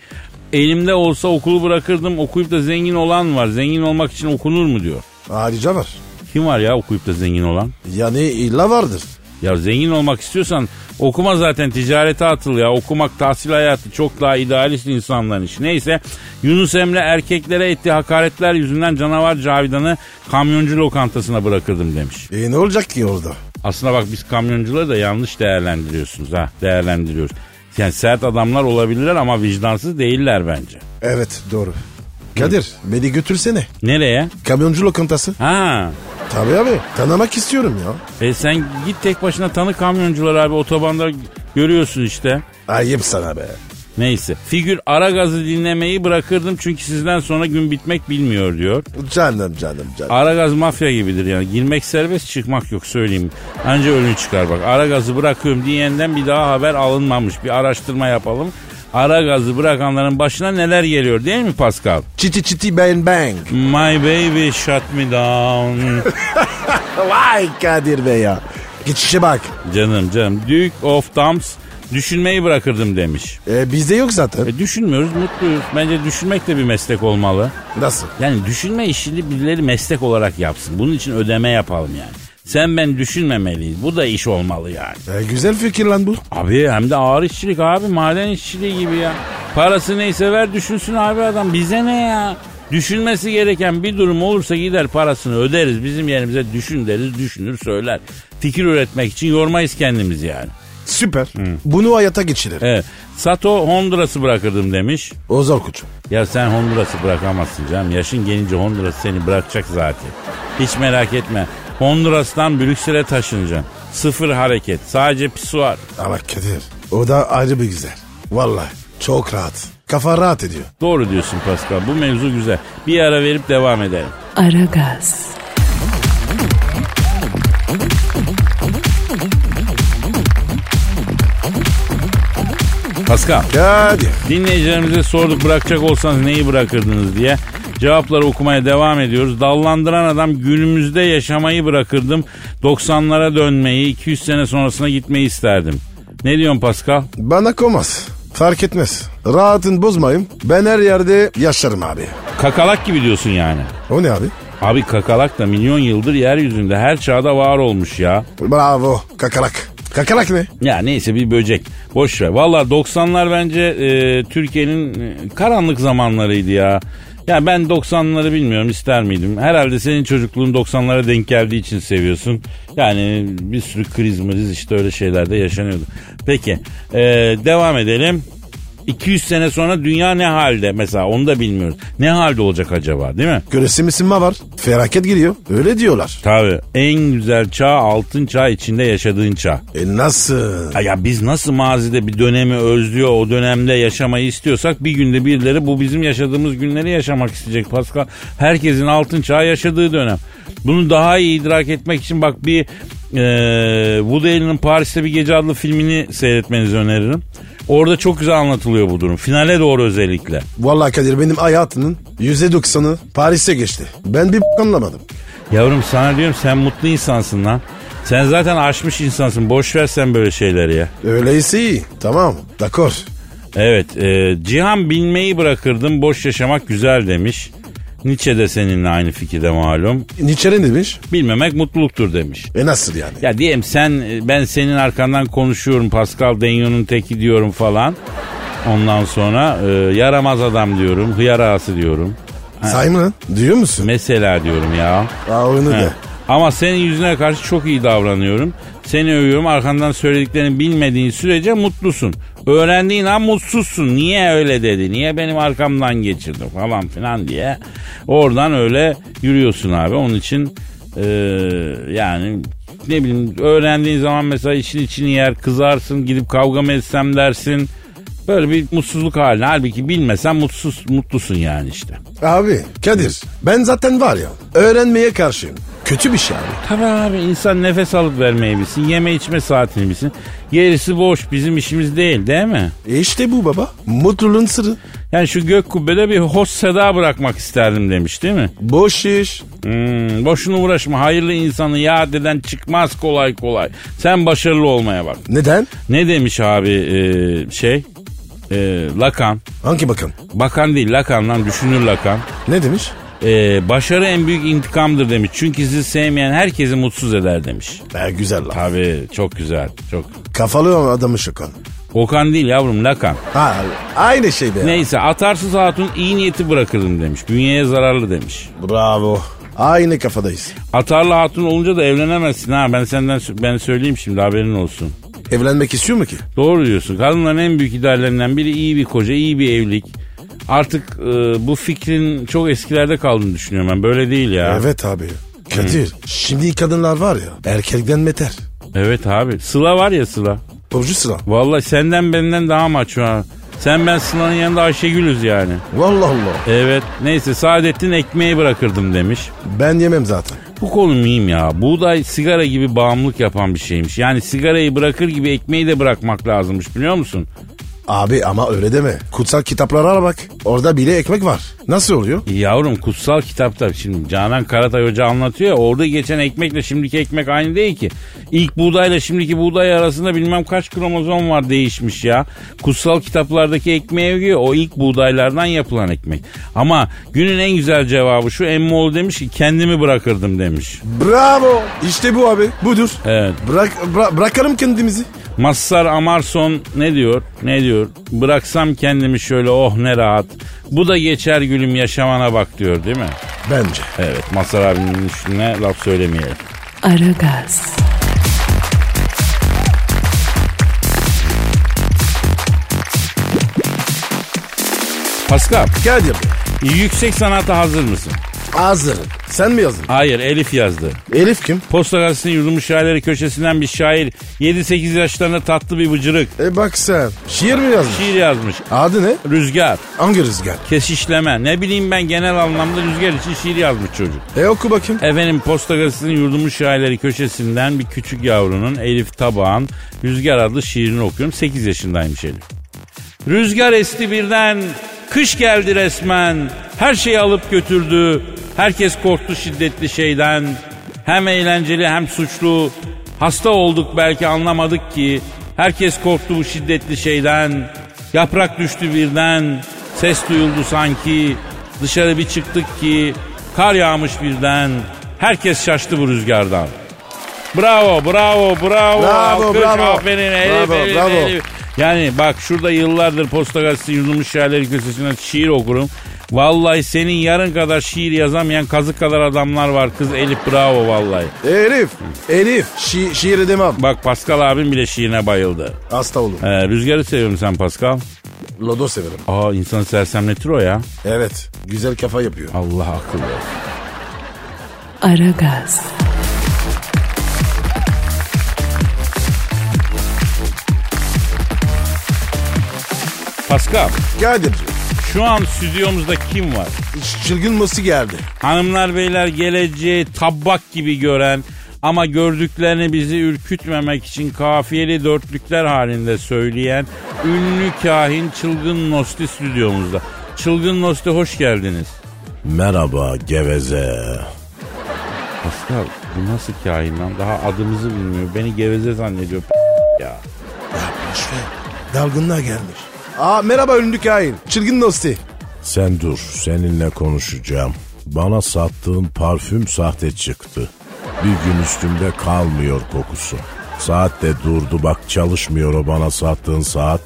[SPEAKER 2] Elimde olsa okulu bırakırdım. Okuyup da zengin olan var. Zengin olmak için okunur mu diyor.
[SPEAKER 3] Ayrıca var.
[SPEAKER 2] Kim var ya okuyup da zengin olan?
[SPEAKER 3] Yani illa vardır.
[SPEAKER 2] Ya zengin olmak istiyorsan okuma zaten ticarete atıl ya. Okumak tahsil hayatı çok daha idealist insanların işi. Neyse Yunus Emre erkeklere ettiği hakaretler yüzünden canavar Cavidan'ı kamyoncu lokantasına bırakırdım demiş.
[SPEAKER 3] E ne olacak ki orada?
[SPEAKER 2] Aslında bak biz kamyoncuları da yanlış değerlendiriyorsunuz ha değerlendiriyoruz. Yani sert adamlar olabilirler ama vicdansız değiller bence.
[SPEAKER 3] Evet doğru. Kadir beni götürsene.
[SPEAKER 2] Nereye?
[SPEAKER 3] Kamyoncu lokantası.
[SPEAKER 2] Ha.
[SPEAKER 3] Tabii abi tanımak istiyorum ya.
[SPEAKER 2] E sen git tek başına tanı kamyoncular abi otobanda görüyorsun işte.
[SPEAKER 3] Ayıp sana be.
[SPEAKER 2] Neyse. Figür ara gazı dinlemeyi bırakırdım çünkü sizden sonra gün bitmek bilmiyor diyor.
[SPEAKER 3] Canım canım canım.
[SPEAKER 2] Ara gaz mafya gibidir yani. Girmek serbest çıkmak yok söyleyeyim. Anca ölü çıkar bak. Ara gazı bırakıyorum diyenden bir daha haber alınmamış. Bir araştırma yapalım. Ara gazı bırakanların başına neler geliyor değil mi Pascal?
[SPEAKER 3] Çiti çiti bang bang.
[SPEAKER 2] My baby shut me down.
[SPEAKER 3] Vay Kadir be ya. Geçişe bak.
[SPEAKER 2] canım canım. Duke of Thumbs düşünmeyi bırakırdım demiş.
[SPEAKER 3] E, bizde yok zaten.
[SPEAKER 2] E düşünmüyoruz mutluyuz. Bence düşünmek de bir meslek olmalı.
[SPEAKER 3] Nasıl?
[SPEAKER 2] Yani düşünme işini birileri meslek olarak yapsın. Bunun için ödeme yapalım yani. Sen ben düşünmemeliyiz. Bu da iş olmalı yani.
[SPEAKER 3] E, güzel fikir lan bu.
[SPEAKER 2] Abi hem de ağır işçilik abi maden işçiliği gibi ya. Parası neyse ver düşünsün abi adam bize ne ya. Düşünmesi gereken bir durum olursa gider parasını öderiz. Bizim yerimize düşün deriz düşünür söyler. Fikir üretmek için yormayız kendimizi yani.
[SPEAKER 3] Süper. Bunu hayata geçirir.
[SPEAKER 2] Evet. Sato Honduras'ı bırakırdım demiş.
[SPEAKER 3] O zor koçum.
[SPEAKER 2] Ya sen Honduras'ı bırakamazsın canım. Yaşın gelince Honduras seni bırakacak zaten. Hiç merak etme. Honduras'tan Brüksel'e taşınacaksın. Sıfır hareket. Sadece pisuar.
[SPEAKER 3] Ama Kadir o da ayrı bir güzel. Vallahi çok rahat. Kafa rahat ediyor.
[SPEAKER 2] Doğru diyorsun Pascal. Bu mevzu güzel. Bir ara verip devam edelim.
[SPEAKER 1] Aragaz,
[SPEAKER 2] Pascal,
[SPEAKER 3] Kadir.
[SPEAKER 2] dinleyicilerimize sorduk bırakacak olsanız neyi bırakırdınız diye. Cevapları okumaya devam ediyoruz. Dallandıran adam günümüzde yaşamayı bırakırdım. 90'lara dönmeyi, 200 sene sonrasına gitmeyi isterdim. Ne diyorsun Pascal?
[SPEAKER 3] Bana komaz. Fark etmez. Rahatın bozmayayım. Ben her yerde yaşarım abi.
[SPEAKER 2] Kakalak gibi diyorsun yani.
[SPEAKER 3] O ne abi?
[SPEAKER 2] Abi kakalak da milyon yıldır yeryüzünde her çağda var olmuş ya.
[SPEAKER 3] Bravo. Kakalak. Kakalak ne?
[SPEAKER 2] Ya neyse bir böcek. Boş ver. Valla 90'lar bence e, Türkiye'nin e, karanlık zamanlarıydı ya. Ya ben 90'ları bilmiyorum ister miydim? Herhalde senin çocukluğun 90'lara denk geldiği için seviyorsun. Yani bir sürü kriz mriz işte öyle şeyler de yaşanıyordu. Peki e, devam edelim. 200 sene sonra dünya ne halde mesela onu da bilmiyoruz. Ne halde olacak acaba değil mi?
[SPEAKER 3] Küresel ısınma var. Felaket giriyor. Öyle diyorlar.
[SPEAKER 2] Tabii en güzel çağ altın çağ içinde yaşadığın çağ.
[SPEAKER 3] E nasıl?
[SPEAKER 2] Ya, Ya biz nasıl mazide bir dönemi özlüyor o dönemde yaşamayı istiyorsak bir günde birileri bu bizim yaşadığımız günleri yaşamak isteyecek Pascal. Herkesin altın çağı yaşadığı dönem. Bunu daha iyi idrak etmek için bak bir eee Woody Allen'ın Paris'te Bir Gece adlı filmini seyretmenizi öneririm. Orada çok güzel anlatılıyor bu durum. Finale doğru özellikle.
[SPEAKER 3] Vallahi Kadir benim hayatının %90'ı Paris'e geçti. Ben bir anlamadım.
[SPEAKER 2] Yavrum sana diyorum sen mutlu insansın lan. Sen zaten aşmış insansın. Boş ver sen böyle şeyleri ya.
[SPEAKER 3] Öyleyse iyi. Tamam. Dakor.
[SPEAKER 2] Evet. e, Cihan bilmeyi bırakırdım. Boş yaşamak güzel demiş. Nietzsche de seninle aynı fikirde malum.
[SPEAKER 3] Nietzsche ne demiş?
[SPEAKER 2] Bilmemek mutluluktur demiş.
[SPEAKER 3] E nasıl yani?
[SPEAKER 2] Ya diyelim sen e, ben senin arkandan konuşuyorum Pascal Denyon'un teki diyorum falan. Ondan sonra e, yaramaz adam diyorum, hıyar ağası diyorum.
[SPEAKER 3] Say mı lan? Duyuyor musun?
[SPEAKER 2] Mesela diyorum ya.
[SPEAKER 3] Aa onu
[SPEAKER 2] He.
[SPEAKER 3] da.
[SPEAKER 2] Ama senin yüzüne karşı çok iyi davranıyorum. Seni övüyorum arkandan söylediklerini bilmediğin sürece mutlusun. Öğrendiğin an mutsuzsun. Niye öyle dedi? Niye benim arkamdan geçirdi falan filan diye. Oradan öyle yürüyorsun abi. Onun için eee, yani ne bileyim öğrendiğin zaman mesela işin içini yer kızarsın gidip kavga mı etsem dersin. Böyle bir mutsuzluk haline. Halbuki bilmesen mutsuz, mutlusun yani işte.
[SPEAKER 3] Abi Kadir ben zaten var ya öğrenmeye karşıyım. Kötü bir şey abi.
[SPEAKER 2] Tabii abi insan nefes alıp vermeyi bilsin. Yeme içme saatini bilsin. Gerisi boş bizim işimiz değil değil mi?
[SPEAKER 3] E işte bu baba. Mutluluğun sırrı.
[SPEAKER 2] Yani şu gök kubbede bir hoş seda bırakmak isterdim demiş değil mi?
[SPEAKER 3] Boş iş.
[SPEAKER 2] Hmm, boşuna uğraşma hayırlı insanı yadeden çıkmaz kolay kolay. Sen başarılı olmaya bak.
[SPEAKER 3] Neden?
[SPEAKER 2] Ne demiş abi e, şey? E, Lakan.
[SPEAKER 3] Hangi bakın?
[SPEAKER 2] Bakan değil Lakan lan düşünür Lakan.
[SPEAKER 3] Ne demiş?
[SPEAKER 2] E, başarı en büyük intikamdır demiş. Çünkü sizi sevmeyen herkesi mutsuz eder demiş.
[SPEAKER 3] E, güzel lan.
[SPEAKER 2] Tabii çok güzel çok.
[SPEAKER 3] Kafalı adamı şokan.
[SPEAKER 2] Okan değil yavrum Lakan.
[SPEAKER 3] Ha aynı şey be.
[SPEAKER 2] Neyse atarsız hatun iyi niyeti bırakırdım demiş. Dünyaya zararlı demiş.
[SPEAKER 3] Bravo. Aynı kafadayız.
[SPEAKER 2] Atarlı hatun olunca da evlenemezsin ha. Ben senden sö- ben söyleyeyim şimdi haberin olsun.
[SPEAKER 3] Evlenmek istiyor mu ki?
[SPEAKER 2] Doğru diyorsun. Kadınların en büyük ideallerinden biri iyi bir koca, iyi bir evlilik. Artık e, bu fikrin çok eskilerde kaldığını düşünüyorum ben. Böyle değil ya.
[SPEAKER 3] Evet abi. Kadir şimdi kadınlar var ya erkekten beter.
[SPEAKER 2] Evet abi. Sıla var ya Sıla.
[SPEAKER 3] Burcu sıra.
[SPEAKER 2] Vallahi senden benden daha maç ha. Sen ben Sıla'nın yanında Ayşegül'üz yani.
[SPEAKER 3] Vallahi Allah.
[SPEAKER 2] Evet. Neyse Saadettin ekmeği bırakırdım demiş.
[SPEAKER 3] Ben yemem zaten.
[SPEAKER 2] Bu konu mühim ya. Buğday sigara gibi bağımlılık yapan bir şeymiş. Yani sigarayı bırakır gibi ekmeği de bırakmak lazımmış biliyor musun?
[SPEAKER 3] Abi ama öyle deme. Kutsal kitaplara ara bak. Orada bile ekmek var. Nasıl oluyor?
[SPEAKER 2] E Yavrum kutsal kitapta şimdi Canan Karatay Hoca anlatıyor ya orada geçen ekmekle şimdiki ekmek aynı değil ki. İlk buğdayla şimdiki buğday arasında bilmem kaç kromozom var değişmiş ya. Kutsal kitaplardaki ekmeğe göre o ilk buğdaylardan yapılan ekmek. Ama günün en güzel cevabı şu Emmoğlu demiş ki kendimi bırakırdım demiş.
[SPEAKER 3] Bravo. İşte bu abi. Budur.
[SPEAKER 2] Evet.
[SPEAKER 3] Bırak, bıra- bırakalım kendimizi.
[SPEAKER 2] Massar Amarson ne diyor? Ne diyor? Bıraksam kendimi şöyle oh ne rahat. Bu da geçer gülüm yaşamana bak diyor değil mi?
[SPEAKER 3] Bence.
[SPEAKER 2] Evet Massar abinin üstüne laf söylemeyelim.
[SPEAKER 1] Aragaz,
[SPEAKER 2] Pascal
[SPEAKER 3] Kadir
[SPEAKER 2] yüksek sanata hazır mısın?
[SPEAKER 3] hazır. Sen mi yazdın?
[SPEAKER 2] Hayır Elif yazdı.
[SPEAKER 3] Elif kim?
[SPEAKER 2] Posta gazetesinin yurdumuz şairleri köşesinden bir şair 7-8 yaşlarında tatlı bir bıcırık
[SPEAKER 3] E bak sen. Şiir mi yazdın?
[SPEAKER 2] şiir yazmış.
[SPEAKER 3] Adı ne?
[SPEAKER 2] Rüzgar,
[SPEAKER 3] Hangi rüzgar?
[SPEAKER 2] kesişleme ne bileyim ben genel anlamda rüzgar için şiir yazmış çocuk.
[SPEAKER 3] E oku bakayım.
[SPEAKER 2] Efendim Posta Gazetesi'nin yurdumuz şairleri köşesinden bir küçük yavrunun Elif Tabağan Rüzgar adlı şiirini okuyorum. 8 yaşındaymış Elif. Rüzgar esti birden, kış geldi resmen, her şeyi alıp götürdü. Herkes korktu şiddetli şeyden. Hem eğlenceli hem suçlu. Hasta olduk belki anlamadık ki. Herkes korktu bu şiddetli şeyden. Yaprak düştü birden, ses duyuldu sanki. Dışarı bir çıktık ki, kar yağmış birden. Herkes şaştı bu rüzgardan. Bravo, bravo, bravo.
[SPEAKER 3] Bravo,
[SPEAKER 2] Alkış,
[SPEAKER 3] bravo.
[SPEAKER 2] Aferin, Elif,
[SPEAKER 3] Bravo,
[SPEAKER 2] Elif,
[SPEAKER 3] bravo.
[SPEAKER 2] Elif. Yani bak şurada yıllardır Posta Gazetesi yurdumuz şairleri köşesinden şiir okurum. Vallahi senin yarın kadar şiir yazamayan kazık kadar adamlar var kız Elif bravo vallahi.
[SPEAKER 3] Elif. Elif. Şi- şiir edemem.
[SPEAKER 2] Bak Pascal abim bile şiirine bayıldı.
[SPEAKER 3] Hasta olur.
[SPEAKER 2] Ee, rüzgarı seviyorum sen Pascal.
[SPEAKER 3] Lodo severim.
[SPEAKER 2] Aa insanı sersemletir o ya.
[SPEAKER 3] Evet. Güzel kafa yapıyor.
[SPEAKER 2] Allah akıl versin.
[SPEAKER 1] Aragaz,
[SPEAKER 2] Pascal
[SPEAKER 3] Kadir.
[SPEAKER 2] şu an stüdyomuzda kim var?
[SPEAKER 3] ç- Çılgın Musi geldi.
[SPEAKER 2] Hanımlar beyler geleceği tabak gibi gören ama gördüklerini bizi ürkütmemek için kafiyeli dörtlükler halinde söyleyen ünlü kahin Çılgın Nosti stüdyomuzda. Çılgın Nosti hoş geldiniz.
[SPEAKER 4] Merhaba geveze.
[SPEAKER 2] Pascal bu nasıl kain lan? Daha adımızı bilmiyor. Beni geveze zannediyor ya.
[SPEAKER 3] Dalgınlığa gelmiş. Aa merhaba ünlü kain. Çılgın dosti.
[SPEAKER 4] Sen dur seninle konuşacağım. Bana sattığın parfüm sahte çıktı. Bir gün üstümde kalmıyor kokusu. Saat de durdu bak çalışmıyor o bana sattığın saat.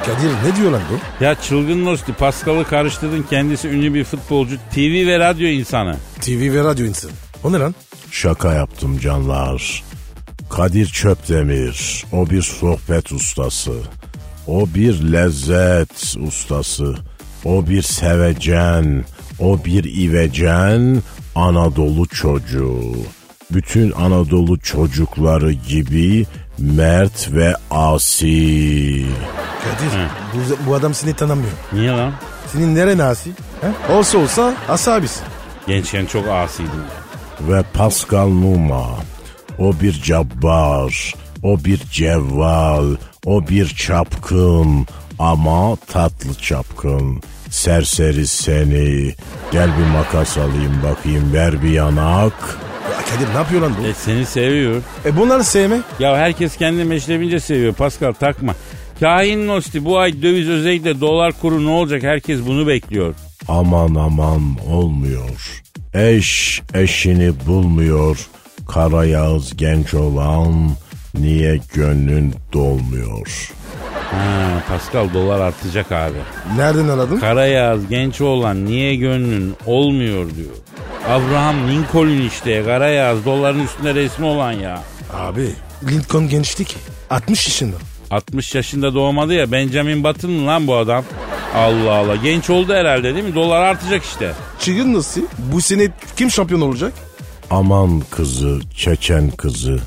[SPEAKER 3] Kadir ne diyor lan bu?
[SPEAKER 2] Ya çılgın Nosti Pascal'ı karıştırdın. Kendisi ünlü bir futbolcu. TV ve radyo insanı.
[SPEAKER 3] TV ve radyo insanı. O ne lan?
[SPEAKER 4] Şaka yaptım canlar. Kadir Çöpdemir, o bir sohbet ustası. O bir lezzet ustası. O bir sevecen, o bir ivecen Anadolu çocuğu. Bütün Anadolu çocukları gibi mert ve asi.
[SPEAKER 3] Kadir bu, bu adam seni tanımıyor.
[SPEAKER 2] Niye lan?
[SPEAKER 3] Senin neren asi? He? Olsa olsa asabis.
[SPEAKER 2] Gençken çok asiydim.
[SPEAKER 4] ve Pascal Numa. O bir cabbar, o bir cevval, o bir çapkın ama tatlı çapkın. Serseri seni. Gel bir makas alayım bakayım ver bir yanak.
[SPEAKER 3] Ya Kadir ne yapıyor lan bu?
[SPEAKER 2] E seni seviyor.
[SPEAKER 3] E bunları sevme.
[SPEAKER 2] Ya herkes kendi meşrebince seviyor. Pascal takma. Kahin Nosti bu ay döviz özellikle dolar kuru ne olacak herkes bunu bekliyor.
[SPEAKER 4] Aman aman olmuyor. Eş eşini bulmuyor. Kara yağız genç olan niye gönlün dolmuyor?
[SPEAKER 2] Ha, Pascal dolar artacak abi.
[SPEAKER 3] Nereden anladın?
[SPEAKER 2] Karayaz genç olan niye gönlün olmuyor diyor. Abraham Lincoln işte Karayaz doların üstünde resmi olan ya.
[SPEAKER 3] Abi Lincoln gençti ki. 60 yaşında.
[SPEAKER 2] 60 yaşında doğmadı ya Benjamin Button mı lan bu adam? Allah Allah genç oldu herhalde değil mi? Dolar artacak işte.
[SPEAKER 3] Çılgın dosti. Bu sene kim şampiyon olacak?
[SPEAKER 4] Aman kızı, Çeçen kızı.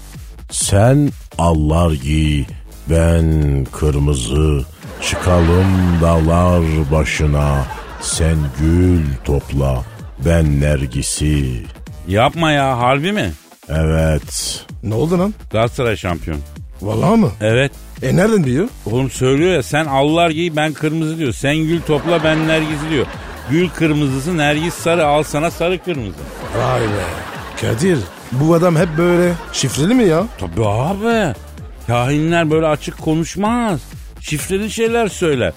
[SPEAKER 4] Sen allar giy, ben kırmızı. Çıkalım dağlar başına. Sen gül topla, ben nergisi.
[SPEAKER 2] Yapma ya harbi mi?
[SPEAKER 4] Evet,
[SPEAKER 3] Ne oldu lan?
[SPEAKER 2] Galatasaray şampiyon.
[SPEAKER 3] Vallahi mı?
[SPEAKER 2] Evet.
[SPEAKER 3] E nereden biliyor?
[SPEAKER 2] Oğlum söylüyor ya sen allar giy ben kırmızı diyor. Sen gül topla ben nergiz diyor. Gül kırmızısı nergis sarı al sana sarı kırmızı.
[SPEAKER 3] Vay be. Kadir bu adam hep böyle şifreli mi ya?
[SPEAKER 2] Tabii abi. Kahinler böyle açık konuşmaz. Şifreli şeyler söyler.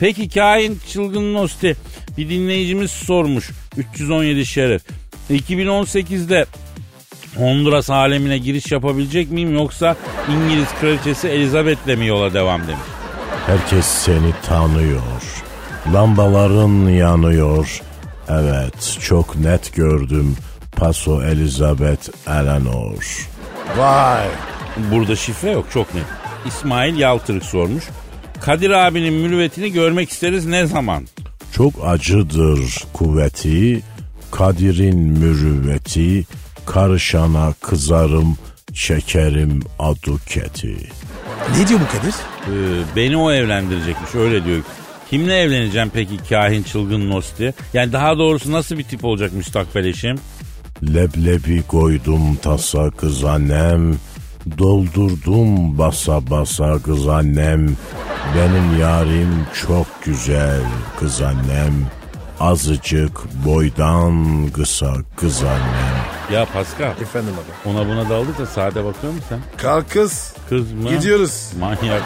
[SPEAKER 2] Peki kahin çılgın nosti bir dinleyicimiz sormuş. 317 şeref. 2018'de Honduras alemine giriş yapabilecek miyim yoksa İngiliz kraliçesi Elizabeth'le mi yola devam demiş.
[SPEAKER 4] herkes seni tanıyor. Lambaların yanıyor. Evet, çok net gördüm. Paso Elizabeth Eleanor.
[SPEAKER 3] Vay.
[SPEAKER 2] Burada şifre yok çok net. İsmail Yaltırık sormuş. Kadir abinin mürüvvetini görmek isteriz ne zaman?
[SPEAKER 4] Çok acıdır kuvveti, Kadir'in mürüvveti, karışana kızarım, çekerim aduketi.
[SPEAKER 3] Ne diyor bu Kadir?
[SPEAKER 2] Ee, beni o evlendirecekmiş öyle diyor. Kimle evleneceğim peki kahin çılgın nosti? Yani daha doğrusu nasıl bir tip olacak müstakbel eşim?
[SPEAKER 4] Leblebi koydum tasa kız annem, doldurdum basa basa kız annem. Benim yarim çok güzel kız annem, azıcık boydan kısa kız annem.
[SPEAKER 2] Ya Pascal
[SPEAKER 3] Efendim abi.
[SPEAKER 2] ona buna daldık da saate bakıyor musun sen?
[SPEAKER 3] Kalk kız.
[SPEAKER 2] Kız mı?
[SPEAKER 3] Gidiyoruz.
[SPEAKER 2] Manyak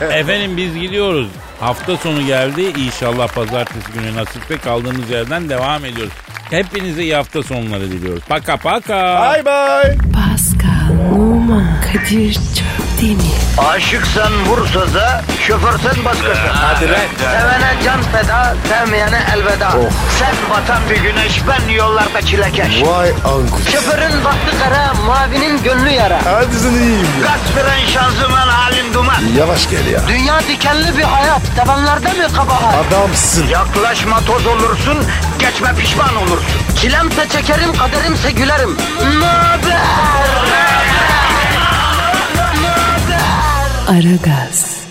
[SPEAKER 2] ya. Efendim biz gidiyoruz. Hafta sonu geldi. İnşallah pazartesi günü nasipte kaldığımız yerden devam ediyoruz. Hepinize iyi hafta sonları diliyoruz. Paka paka.
[SPEAKER 3] Bye bye.
[SPEAKER 1] Pascal, Oman, Kadir çok değil mi?
[SPEAKER 5] Aşıksan vursa da, şoförsen başkasın. Hadi Sevene can feda, sevmeyene elveda. Sen batan bir güneş, ben yollarda çilekeş.
[SPEAKER 3] Vay anku.
[SPEAKER 5] Şoförün baktı kara, mavinin gönlü yara.
[SPEAKER 3] Hadi sen iyiyim ya.
[SPEAKER 5] Kasperen şanzıman halin duman.
[SPEAKER 3] Yavaş gel ya.
[SPEAKER 5] Dünya dikenli bir hayat, sevenlerde mi kabahar?
[SPEAKER 3] Adamsın.
[SPEAKER 5] Yaklaşma toz olursun, geçme pişman olursun. Çilemse çekerim, kaderimse gülerim. Möber!
[SPEAKER 1] Aragaz.